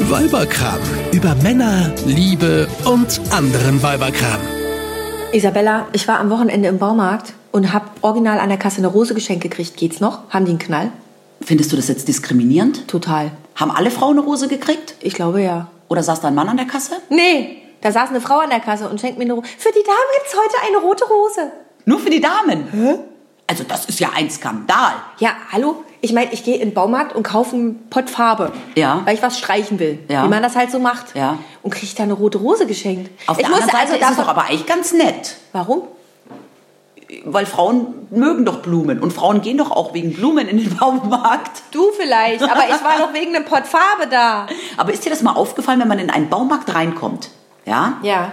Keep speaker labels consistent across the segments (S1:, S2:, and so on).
S1: Weiberkram. Über Männer, Liebe und anderen Weiberkram.
S2: Isabella, ich war am Wochenende im Baumarkt und habe original an der Kasse eine Rose geschenkt gekriegt. Geht's noch? Haben die einen Knall?
S3: Findest du das jetzt diskriminierend?
S2: Total.
S3: Haben alle Frauen eine Rose gekriegt?
S2: Ich glaube ja.
S3: Oder saß da ein Mann an der Kasse?
S2: Nee, da saß eine Frau an der Kasse und schenkt mir eine Rose. Für die Damen gibt's heute eine rote Rose.
S3: Nur für die Damen? Also das ist ja ein Skandal.
S2: Ja, hallo? Ich meine, ich gehe in den Baumarkt und kaufe einen Pott Farbe.
S3: Ja.
S2: Weil ich was streichen will.
S3: Ja.
S2: Wie man das halt so macht.
S3: Ja.
S2: Und kriege da eine rote Rose geschenkt.
S3: Auf
S2: ich also
S3: der anderen Seite ist es doch
S2: davon-
S3: aber eigentlich ganz nett.
S2: Warum?
S3: Weil Frauen mögen doch Blumen. Und Frauen gehen doch auch wegen Blumen in den Baumarkt.
S2: Du vielleicht, aber ich war doch wegen einem Pott Farbe da.
S3: Aber ist dir das mal aufgefallen, wenn man in einen Baumarkt reinkommt? Ja?
S2: Ja.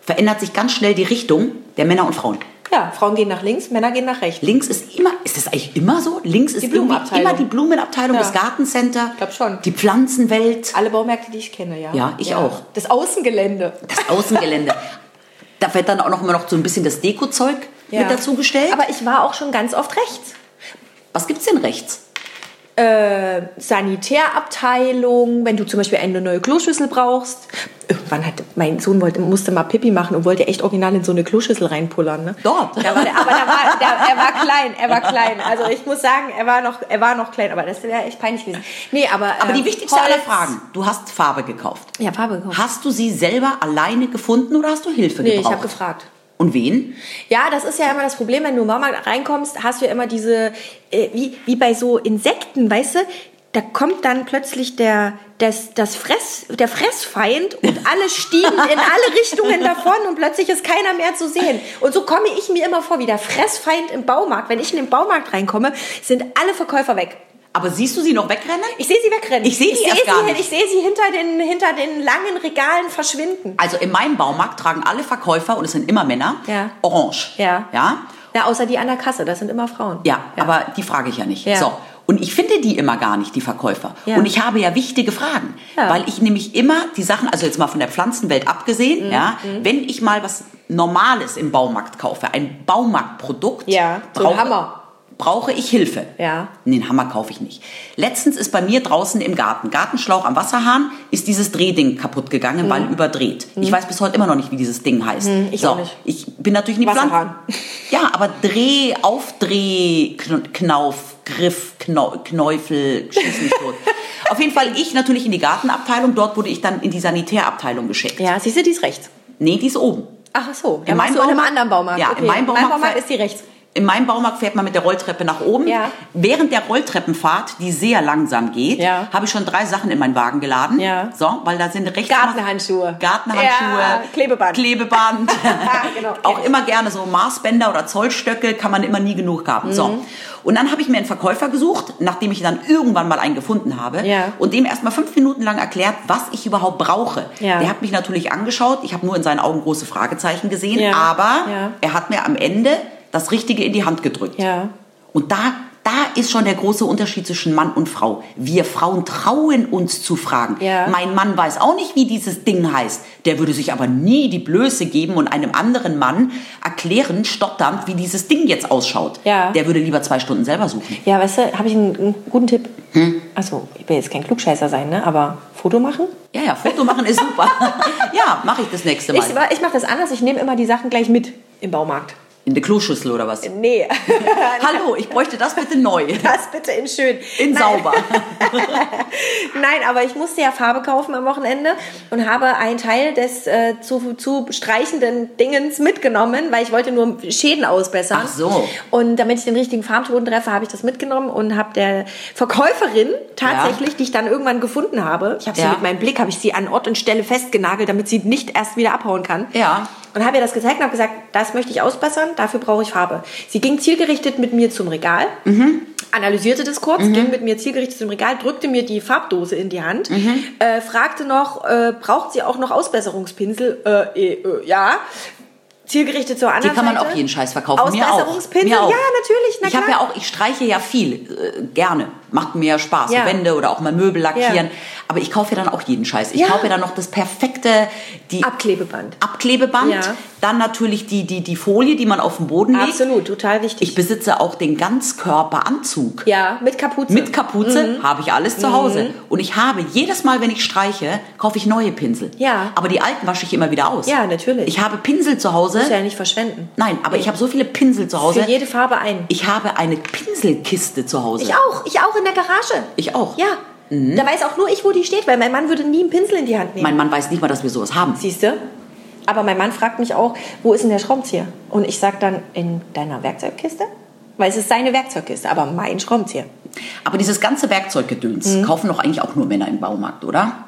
S3: Verändert sich ganz schnell die Richtung der Männer und Frauen.
S2: Ja, Frauen gehen nach links, Männer gehen nach rechts.
S3: Links ist immer, ist das eigentlich immer so? Links ist
S2: Die
S3: irgendwie
S2: Blumenabteilung.
S3: immer die Blumenabteilung,
S2: Ja.
S3: das Gartencenter,
S2: Ich glaub schon.
S3: die Pflanzenwelt,
S2: Alle Baumärkte, die ich kenne, ja.
S3: Ja, ich auch.
S2: Das Außengelände.
S3: das Außengelände. da wird dann auch noch immer noch so ein bisschen das Dekozeug mit dazu gestellt.
S2: Aber ich war auch schon ganz oft rechts.
S3: was gibt's denn rechts?
S2: Äh, Sanitärabteilung, wenn du zum Beispiel eine neue Kloschüssel brauchst. Irgendwann hat mein Sohn wollte, musste mal Pipi machen und wollte echt original in so eine Kloschüssel reinpullern. Ne?
S3: Dort.
S2: Da war der, aber da war, da, er war klein, er war klein. Also ich muss sagen, er war noch, er war noch klein, aber das wäre echt peinlich gewesen. Nee, aber,
S3: Aber
S2: äh,
S3: die wichtigste
S2: Holz.
S3: aller Fragen. Du hast Farbe gekauft.
S2: Ja, Farbe gekauft.
S3: Hast du sie selber alleine gefunden oder hast du Hilfe
S2: Nee, ich
S3: gebraucht?
S2: habe gefragt.
S3: Und wen?
S2: Ja, das ist ja immer das Problem, wenn du im Baumarkt reinkommst, hast du ja immer diese, äh, wie, wie bei so Insekten, weißt du? Da kommt dann plötzlich der, das, das Fress, der Fressfeind und alle stieben in alle Richtungen davon und plötzlich ist keiner mehr zu sehen. Und so komme ich mir immer vor wie der Fressfeind im Baumarkt. Wenn ich in den Baumarkt reinkomme, sind alle Verkäufer weg.
S3: Aber siehst du sie noch wegrennen?
S2: Ich sehe sie wegrennen.
S3: Ich sehe die
S2: ich sehe
S3: erst
S2: sie,
S3: gar nicht.
S2: Ich sehe sie hinter den, hinter den langen Regalen verschwinden.
S3: Also in meinem Baumarkt tragen alle Verkäufer, und es sind immer Männer,
S2: Ja.
S3: orange.
S2: Ja.
S3: Ja?
S2: Na, außer die an der Kasse, das sind immer Frauen.
S3: Ja, aber die frage ich ja nicht.
S2: Ja.
S3: So. Und ich finde die immer gar nicht, die Verkäufer.
S2: Ja.
S3: Und ich habe ja wichtige Fragen.
S2: Ja.
S3: Weil ich nämlich immer die Sachen, also jetzt mal von der Pflanzenwelt abgesehen,
S2: Mhm.
S3: ja, wenn ich mal was Normales im Baumarkt kaufe, ein Baumarktprodukt,
S2: Ja, so ein Hammer.
S3: brauche ich Hilfe.
S2: Ja.
S3: Nee, einen Hammer kaufe ich nicht. Letztens ist bei mir draußen im Garten, Gartenschlauch am Wasserhahn, ist dieses Drehding kaputt gegangen, weil überdreht. Ich weiß bis heute immer noch nicht, wie dieses Ding heißt.
S2: Mhm. ich
S3: so,
S2: auch nicht.
S3: Ich bin natürlich nie
S2: Wasserhahn.
S3: ja, aber Dreh, Aufdreh, Kn- Knauf, Griff, Knau, Knäufel, schieß mich tot. Auf jeden Fall ich natürlich in die Gartenabteilung. Dort wurde ich dann in die Sanitärabteilung geschickt.
S2: Ja, siehst du, die ist rechts.
S3: Nee, die ist oben.
S2: Ach so,
S3: In
S2: dann warst
S3: meinem
S2: du in einem
S3: Baumarkt-
S2: anderen Baumarkt.
S3: Ja, in
S2: okay.
S3: meinem Baumarkt ver-
S2: ist die rechts.
S3: In meinem Baumarkt fährt man mit der Rolltreppe nach oben.
S2: Ja.
S3: Während der Rolltreppenfahrt, die sehr langsam geht,
S2: Ja.
S3: habe ich schon drei Sachen in meinen Wagen geladen.
S2: Ja.
S3: So, weil da sind rechts
S2: Gartenhandschuhe.
S3: Gartenhandschuhe,
S2: Ja, Klebeband.
S3: Klebeband.
S2: genau.
S3: Auch immer gerne so Maßbänder oder Zollstöcke kann man immer nie genug haben.
S2: Mhm.
S3: So. Und dann habe ich mir einen Verkäufer gesucht, nachdem ich dann irgendwann mal einen gefunden habe
S2: Ja.
S3: und dem erstmal fünf Minuten lang erklärt, was ich überhaupt brauche.
S2: Ja.
S3: Der hat mich natürlich angeschaut. Ich habe nur in seinen Augen große Fragezeichen gesehen,
S2: Ja.
S3: aber
S2: Ja.
S3: er hat mir am Ende das Richtige in die Hand gedrückt.
S2: Ja.
S3: Und da, da ist schon der große Unterschied zwischen Mann und Frau. Wir Frauen trauen uns zu fragen.
S2: Ja.
S3: Mein Mann weiß auch nicht, wie dieses Ding heißt. Der würde sich aber nie die Blöße geben und einem anderen Mann erklären, stotternd, wie dieses Ding jetzt ausschaut.
S2: Ja.
S3: Der würde lieber zwei Stunden selber suchen.
S2: Ja, weißt du, habe ich einen, einen guten Tipp.
S3: Hm?
S2: Also, ich will jetzt kein Klugscheißer sein, ne? aber Foto machen?
S3: Ja, ja, Foto machen ist super. ja, mache ich das nächste Mal.
S2: Ich, wa- ich mache das anders, ich nehme immer die Sachen gleich mit im Baumarkt.
S3: In der Kloschüssel oder was?
S2: Nee,
S3: Hallo, ich bräuchte das bitte neu.
S2: das bitte in schön.
S3: In sauber.
S2: Nein, aber ich musste ja Farbe kaufen am Wochenende und habe einen Teil des äh, zu, zu streichenden Dingens mitgenommen, weil ich wollte nur Schäden ausbessern.
S3: Ach so.
S2: Und damit ich den richtigen Farbton treffe, habe ich das mitgenommen und habe der Verkäuferin tatsächlich, die ich dann irgendwann gefunden habe, ich habe sie
S3: Ja.
S2: mit meinem Blick, habe ich sie an Ort und Stelle festgenagelt, damit sie nicht erst wieder abhauen kann.
S3: Ja.
S2: Und habe ihr das gezeigt und habe gesagt, das möchte ich ausbessern, dafür brauche ich Farbe. Sie ging zielgerichtet mit mir zum Regal,
S3: Mhm.
S2: analysierte das kurz, ging mit mir zielgerichtet zum Regal, drückte mir die Farbdose in die Hand,
S3: Mhm.
S2: äh, fragte noch, äh, braucht sie auch noch Ausbesserungspinsel? Äh, eh, äh, ja. Zielgerichtet zur anderen
S3: Die kann man
S2: Seite.
S3: auch jeden Scheiß verkaufen. Mir auch.
S2: Ausbesserungspinsel?
S3: Mir auch.
S2: Ja, natürlich, na
S3: ich habe
S2: klar.
S3: ja auch, ich streiche ja viel, äh, gerne. macht mehr Spaß.
S2: Ja.
S3: So Wände oder auch mal Möbel lackieren.
S2: Ja.
S3: Aber ich kaufe ja dann auch jeden Scheiß. Ich
S2: Ja.
S3: kaufe ja dann noch das perfekte, die
S2: Abklebeband.
S3: Abklebeband,
S2: Ja.
S3: dann natürlich die, die, die Folie, die man auf den Boden legt.
S2: Absolut, total wichtig.
S3: Ich besitze auch den Ganzkörperanzug.
S2: ja, Mhm. mit Kapuze.
S3: Mit Kapuze habe ich alles zu Hause. Und ich habe jedes Mal, wenn ich streiche, kaufe ich neue Pinsel.
S2: Ja.
S3: Aber die alten wasche ich immer wieder aus.
S2: Ja, natürlich.
S3: Ich habe Pinsel zu Hause.
S2: Muss ja nicht verschwenden.
S3: Nein, aber ich habe so viele Pinsel zu
S2: Für
S3: Hause.
S2: jede Farbe ein.
S3: Ich habe eine Pinselkiste zu Hause.
S2: Ich auch, ich auch in der Garage.
S3: Ich auch.
S2: Ja.
S3: Mhm.
S2: Da weiß auch nur ich, wo die steht, weil mein Mann würde nie einen Pinsel in die Hand nehmen.
S3: Mein Mann weiß nicht mal, dass wir sowas haben.
S2: Siehst du? Aber mein Mann fragt mich auch, wo ist denn der Schraubenzieher? Und ich sag dann, in deiner Werkzeugkiste? Weil es ist seine Werkzeugkiste, aber mein Schraubenzieher.
S3: Aber dieses ganze Werkzeuggedöns
S2: Mhm.
S3: kaufen doch eigentlich auch nur Männer im Baumarkt, oder?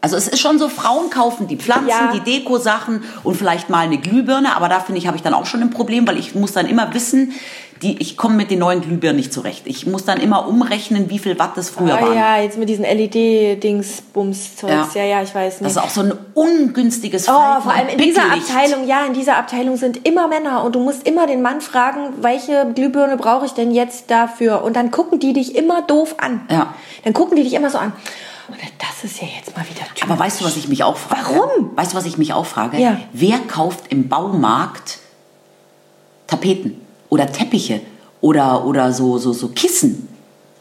S3: Also es ist schon so, Frauen kaufen die Pflanzen,
S2: Ja.
S3: die Dekosachen und vielleicht mal eine Glühbirne, aber da finde ich, habe ich dann auch schon ein Problem, weil ich muss dann immer wissen, die, ich komme mit den neuen Glühbirnen nicht zurecht. Ich muss dann immer umrechnen, wie viel Watt das früher
S2: Ah
S3: waren.
S2: ja, jetzt mit diesen LED-Dings-Bums-Zeugs.
S3: Ja.
S2: Ja. ja, ich weiß
S3: Das
S2: nicht.
S3: ist auch so ein ungünstiges
S2: Oh,
S3: Verhalten
S2: vor allem in
S3: und
S2: dieser
S3: Pickellicht.
S2: Abteilung, ja, in dieser Abteilung sind immer Männer und du musst immer den Mann fragen, welche Glühbirne brauche ich denn jetzt dafür? Und dann gucken die dich immer doof an.
S3: Ja.
S2: Dann gucken die dich immer so an. Und das ist ja jetzt mal wieder typisch.
S3: Aber weißt du, was ich mich auch frage?
S2: Warum?
S3: Weißt du, was ich mich auch frage?
S2: Ja.
S3: Wer kauft im Baumarkt Tapeten oder Teppiche oder, oder so, so, so Kissen?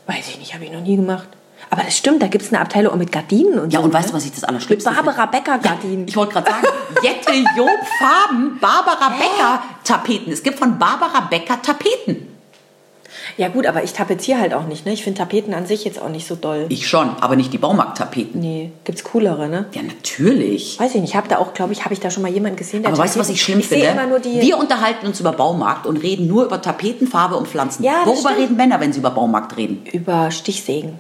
S2: Weiß ich nicht, habe ich noch nie gemacht. Aber das stimmt, da gibt es eine Abteilung auch mit Gardinen und so.
S3: Ja,
S2: ne?
S3: und weißt du, was ich das Allerschlimmste
S2: Mit Barbara Becker
S3: Ja,
S2: Gardinen.
S3: ich wollte gerade sagen, Jette Job Farben, Barbara Becker Tapeten. Es gibt von Barbara Becker Tapeten.
S2: Ja gut, aber ich tapeziere halt auch nicht, ne? Ich finde Tapeten an sich jetzt auch nicht so doll.
S3: Ich schon, aber nicht die Baumarkt-Tapeten.
S2: Nee, gibt's coolere, ne?
S3: Ja, natürlich.
S2: Weiß ich nicht, habe da auch, glaube ich, habe ich da schon mal jemanden gesehen, der
S3: Aber weißt du, was
S2: Tapeten-
S3: ich schlimm
S2: ich
S3: finde?
S2: sehe immer nur die
S3: Wir unterhalten uns über Baumarkt und reden nur über Tapetenfarbe und Pflanzen.
S2: Ja, das
S3: Worüber
S2: stimmt.
S3: reden Männer, wenn sie über Baumarkt reden?
S2: über Stichsägen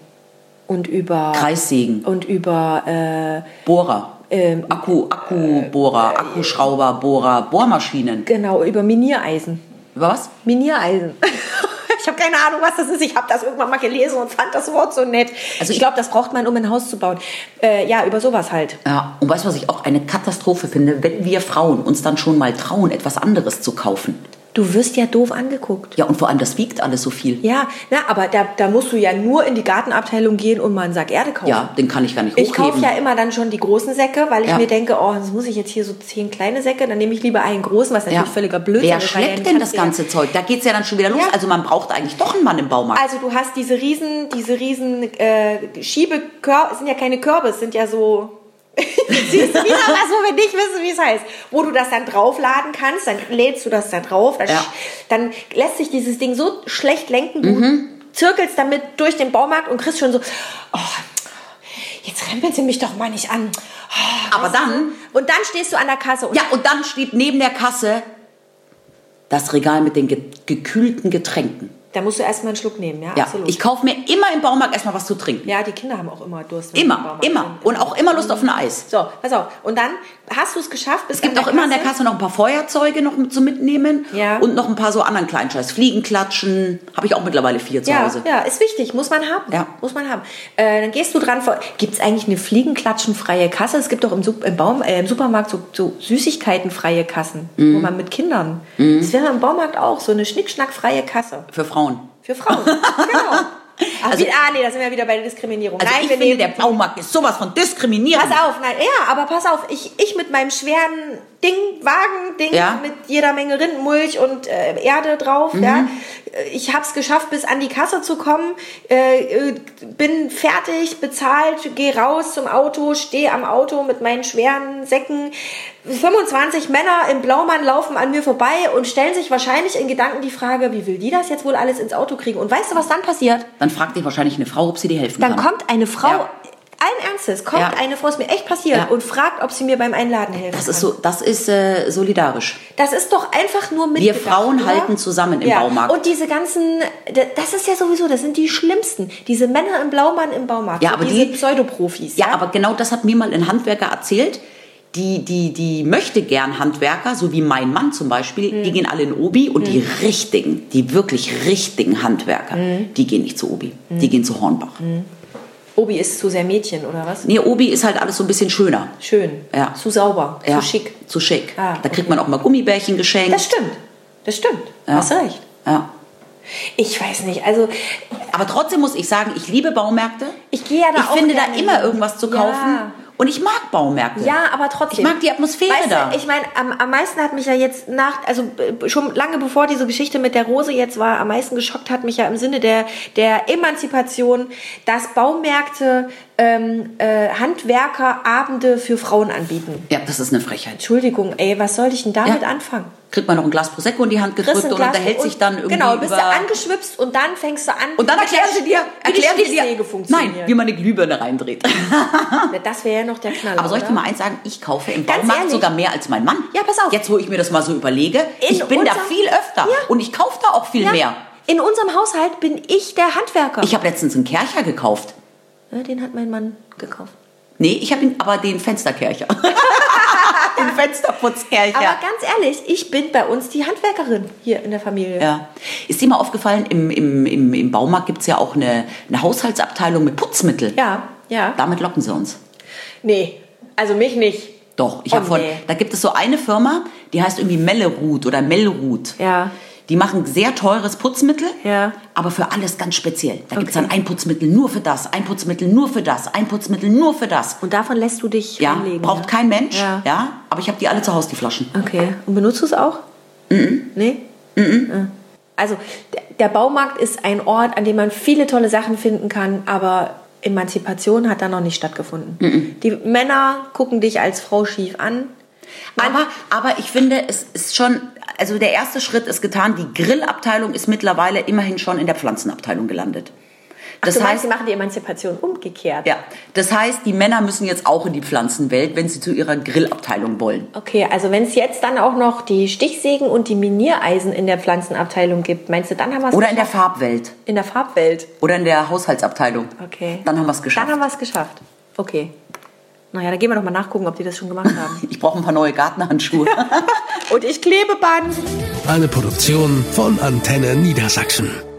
S2: und über
S3: Kreissägen,
S2: und über äh,
S3: Bohrer,
S2: ähm,
S3: Akku, äh, Akkubohrer, Akkuschrauber, Bohrer, Bohrmaschinen.
S2: genau über Miniereisen.
S3: Über was?
S2: Miniereisen. Ich habe keine Ahnung, was das ist. Ich habe das irgendwann mal gelesen und fand das Wort so nett.
S3: Also
S2: Also
S3: ich-
S2: ich glaube, das braucht man, um ein Haus zu bauen. Äh, ja, über sowas halt.
S3: Ja, und weißt du, was ich auch eine Katastrophe finde, wenn wir Frauen uns dann schon mal trauen, etwas anderes zu kaufen.
S2: Du wirst ja doof angeguckt.
S3: Ja, und vor allem, das wiegt alles so viel.
S2: Ja, na, aber da, da musst du ja nur in die Gartenabteilung gehen und mal einen Sack Erde kaufen.
S3: Ja, den kann ich gar nicht
S2: Ich
S3: hochheben.
S2: kaufe ja immer dann schon die großen Säcke, weil ich
S3: Ja.
S2: mir denke, oh, jetzt muss ich jetzt hier so zehn kleine Säcke, dann nehme ich lieber einen großen, was natürlich völliger Blödsinn
S3: Wer
S2: ist. weil
S3: schleppt
S2: dann
S3: denn das
S2: kannst du
S3: ganze Zeug? Da geht's ja dann schon wieder los.
S2: Ja.
S3: Also man braucht eigentlich doch einen Mann im Baumarkt.
S2: Also du hast diese riesen, diese riesen äh, Schiebekörbe, es sind ja keine Körbe, es sind ja so. Siehst du wieder was, wo wir nicht wissen, wie es heißt. Wo du das dann draufladen kannst, dann lädst du das da drauf, dann,
S3: Ja.
S2: sch- dann lässt sich dieses Ding so schlecht lenken, du
S3: Mhm.
S2: zirkelst damit durch den Baumarkt und kriegst schon so, oh, jetzt rempeln sie mich doch mal nicht an. Oh,
S3: Aber
S2: weißt du
S3: dann-
S2: so? Und dann stehst du an der Kasse und
S3: ja, und dann steht neben der Kasse das Regal mit den ge gekühlten Getränken.
S2: da musst du erstmal einen Schluck nehmen, ja,
S3: Ja,
S2: absolut.
S3: ich kaufe mir immer im Baumarkt erstmal was zu trinken.
S2: ja, die Kinder haben auch immer Durst. wenn sie im
S3: Immer,
S2: Baumarkt
S3: immer.
S2: sind.
S3: Und auch immer Lust auf ein Eis.
S2: So, pass auf. Und dann hast du es geschafft. Bis
S3: Es gibt auch immer an der Kasse noch ein paar Feuerzeuge noch mit, zu mitnehmen
S2: Ja.
S3: und noch ein paar so anderen kleinen Scheiß. Fliegenklatschen, habe ich auch mittlerweile vier zu
S2: Ja,
S3: Hause.
S2: ja, ist wichtig, muss man haben.
S3: Ja.
S2: Muss man haben. Äh, dann gehst du dran vor. Gibt es eigentlich eine fliegenklatschenfreie Kasse? Es gibt doch im, Sup im, Baum äh, im Supermarkt so, so süßigkeitenfreie Kassen,
S3: Mhm.
S2: wo man mit Kindern. Das wäre im Baumarkt auch so eine schnickschnackfreie Kasse.
S3: Für Frauen.
S2: Für Frauen. genau. Ach,
S3: Also-
S2: wie, ah, nee, da sind wir wieder bei der Diskriminierung.
S3: Also
S2: Nein,
S3: ich
S2: wir
S3: finde,
S2: nehmen
S3: der Baumarkt ist sowas von diskriminierend.
S2: Pass auf, nein, ja, aber pass auf, ich, ich mit meinem schweren Ding, Wagen, Ding,
S3: Ja.
S2: mit jeder Menge Rindenmulch und äh, Erde drauf, ja, äh, ich hab's geschafft, bis an die Kasse zu kommen, äh, äh, bin fertig, bezahlt, gehe raus zum Auto, stehe am Auto mit meinen schweren Säcken. 25 Männer im Blaumann laufen an mir vorbei und stellen sich wahrscheinlich in Gedanken die Frage, wie will die das jetzt wohl alles ins Auto kriegen? Und weißt du, was dann passiert?
S3: Dann fragt dich wahrscheinlich eine Frau, ob sie dir helfen
S2: Dann
S3: kann.
S2: kommt eine Frau,
S3: Ja.
S2: allen Ernstes, kommt
S3: Ja.
S2: eine Frau, ist mir echt passiert,
S3: Ja.
S2: und fragt, ob sie mir beim Einladen helfen
S3: Das ist
S2: kann.
S3: so, das ist äh, solidarisch.
S2: Das ist doch einfach nur mit.
S3: Wir Frauen halten zusammen im
S2: ja.
S3: Baumarkt.
S2: Und diese ganzen, d- das ist ja sowieso, das sind die schlimmsten. Diese Männer im Blaumann im Baumarkt.
S3: Ja,
S2: so
S3: aber
S2: diese
S3: die-
S2: Pseudoprofis.
S3: Ja, aber genau das hat mir mal ein Handwerker erzählt. Die, die, die möchte gern Handwerker, so wie mein Mann zum Beispiel,
S2: Hm.
S3: die gehen alle in Obi und die richtigen, die wirklich richtigen Handwerker,
S2: Hm.
S3: die gehen nicht zu Obi, die gehen zu Hornbach.
S2: Obi ist zu sehr Mädchen, oder was?
S3: Nee, Obi ist halt alles so ein bisschen schöner.
S2: Schön.
S3: Ja.
S2: Zu sauber.
S3: Ja,
S2: Zu schick.
S3: Zu schick.
S2: Ah,
S3: da kriegt
S2: okay.
S3: man auch mal Gummibärchen geschenkt.
S2: Das stimmt. Das stimmt.
S3: Ja.
S2: Hast recht.
S3: Ja.
S2: Ich weiß nicht. Also
S3: Aber trotzdem muss ich sagen, ich liebe Baumärkte.
S2: Ich gehe ja da
S3: Ich
S2: auch
S3: finde da
S2: gerne
S3: immer
S2: hin.
S3: irgendwas zu kaufen.
S2: Ja.
S3: Und ich mag Baumärkte.
S2: ja, aber trotzdem.
S3: Ich mag die Atmosphäre
S2: weißt
S3: da.
S2: Du, ich meine, am, am meisten hat mich ja jetzt nach, also äh, schon lange bevor diese Geschichte mit der Rose jetzt war, am meisten geschockt hat mich ja im Sinne der, der Emanzipation, dass Baumärkte ähm, äh, Handwerkerabende für Frauen anbieten.
S3: ja, das ist eine Frechheit.
S2: Entschuldigung, ey, was soll ich denn damit
S3: Ja.
S2: anfangen?
S3: Kriegt man noch ein Glas Prosecco in die Hand gedrückt
S2: Kriegst
S3: und
S2: ein Glas
S3: unterhält sich dann irgendwie
S2: Genau, bist
S3: über...
S2: du angeschwipst und dann fängst du an.
S3: und dann
S2: mit der
S3: erklären sie dir,
S2: wie die
S3: erklären sie
S2: Stichsäge
S3: dir,
S2: funktioniert.
S3: nein, wie man eine Glühbirne reindreht.
S2: Na, Das wäre ja noch der Knaller.
S3: Aber soll ich
S2: oder?
S3: dir mal eins sagen? Ich kaufe im
S2: Ganz
S3: Baumarkt
S2: ehrlich?
S3: sogar mehr als mein Mann.
S2: Ja, pass auf.
S3: Jetzt, wo ich mir das mal so überlege,
S2: In
S3: ich bin da
S2: unser-
S3: viel öfter
S2: Ja.
S3: und ich kaufe da auch viel
S2: Ja.
S3: mehr.
S2: In unserem Haushalt bin ich der Handwerker.
S3: Ich habe letztens einen Kercher gekauft.
S2: Ja, Ne, den hat mein Mann gekauft.
S3: Nee, ich habe ihn, aber den Fensterkercher. den Fensterputzkercher.
S2: Aber ganz ehrlich, ich bin bei uns die Handwerkerin hier in der Familie.
S3: ja. Ist dir mal aufgefallen, im, im, im, im Baumarkt gibt es ja auch eine, eine Haushaltsabteilung mit Putzmittel.
S2: Ja, ja.
S3: Damit locken sie uns.
S2: Nee, also mich nicht.
S3: Doch, ich
S2: Oh,
S3: habe von.
S2: nee.
S3: Da gibt es so eine Firma, die heißt irgendwie Mellerut oder Melrut.
S2: Ja.
S3: Die machen sehr teures Putzmittel,
S2: Ja.
S3: aber für alles ganz speziell. Da gibt's
S2: Okay.
S3: dann ein Putzmittel nur für das, ein Putzmittel nur für das, ein Putzmittel nur für das.
S2: Und davon lässt du dich
S3: Ja,
S2: anlegen.
S3: braucht kein Mensch.
S2: Ja.
S3: Ja. aber ich habe die alle zu Hause, die Flaschen.
S2: Okay. Und benutzt du es auch? Mhm. Nee? Mhm. Also, d- der Baumarkt ist ein Ort, an dem man viele tolle Sachen finden kann, aber Emanzipation hat da noch nicht stattgefunden.
S3: Mhm.
S2: Die Männer gucken dich als Frau schief an.
S3: Aber, aber ich finde, es ist schon, also der erste Schritt ist getan. Die Grillabteilung ist mittlerweile immerhin schon in der Pflanzenabteilung gelandet. Das
S2: du meinst,
S3: heißt,
S2: sie machen die Emanzipation umgekehrt.
S3: ja, das heißt, die Männer müssen jetzt auch in die Pflanzenwelt, wenn sie zu ihrer Grillabteilung wollen.
S2: Okay, also wenn es jetzt dann auch noch die Stichsägen und die Miniereisen in der Pflanzenabteilung gibt, meinst du, dann haben wir es
S3: Oder in der Farbwelt.
S2: in der Farbwelt?
S3: Oder in der Haushaltsabteilung.
S2: Okay.
S3: Dann haben wir es geschafft.
S2: Dann haben wir es geschafft. Okay. Naja, dann gehen wir doch mal nachgucken, ob die das schon gemacht haben.
S3: ich brauche ein paar neue Gartenhandschuhe.
S2: und ich Klebeband.
S1: Eine Produktion von Antenne Niedersachsen.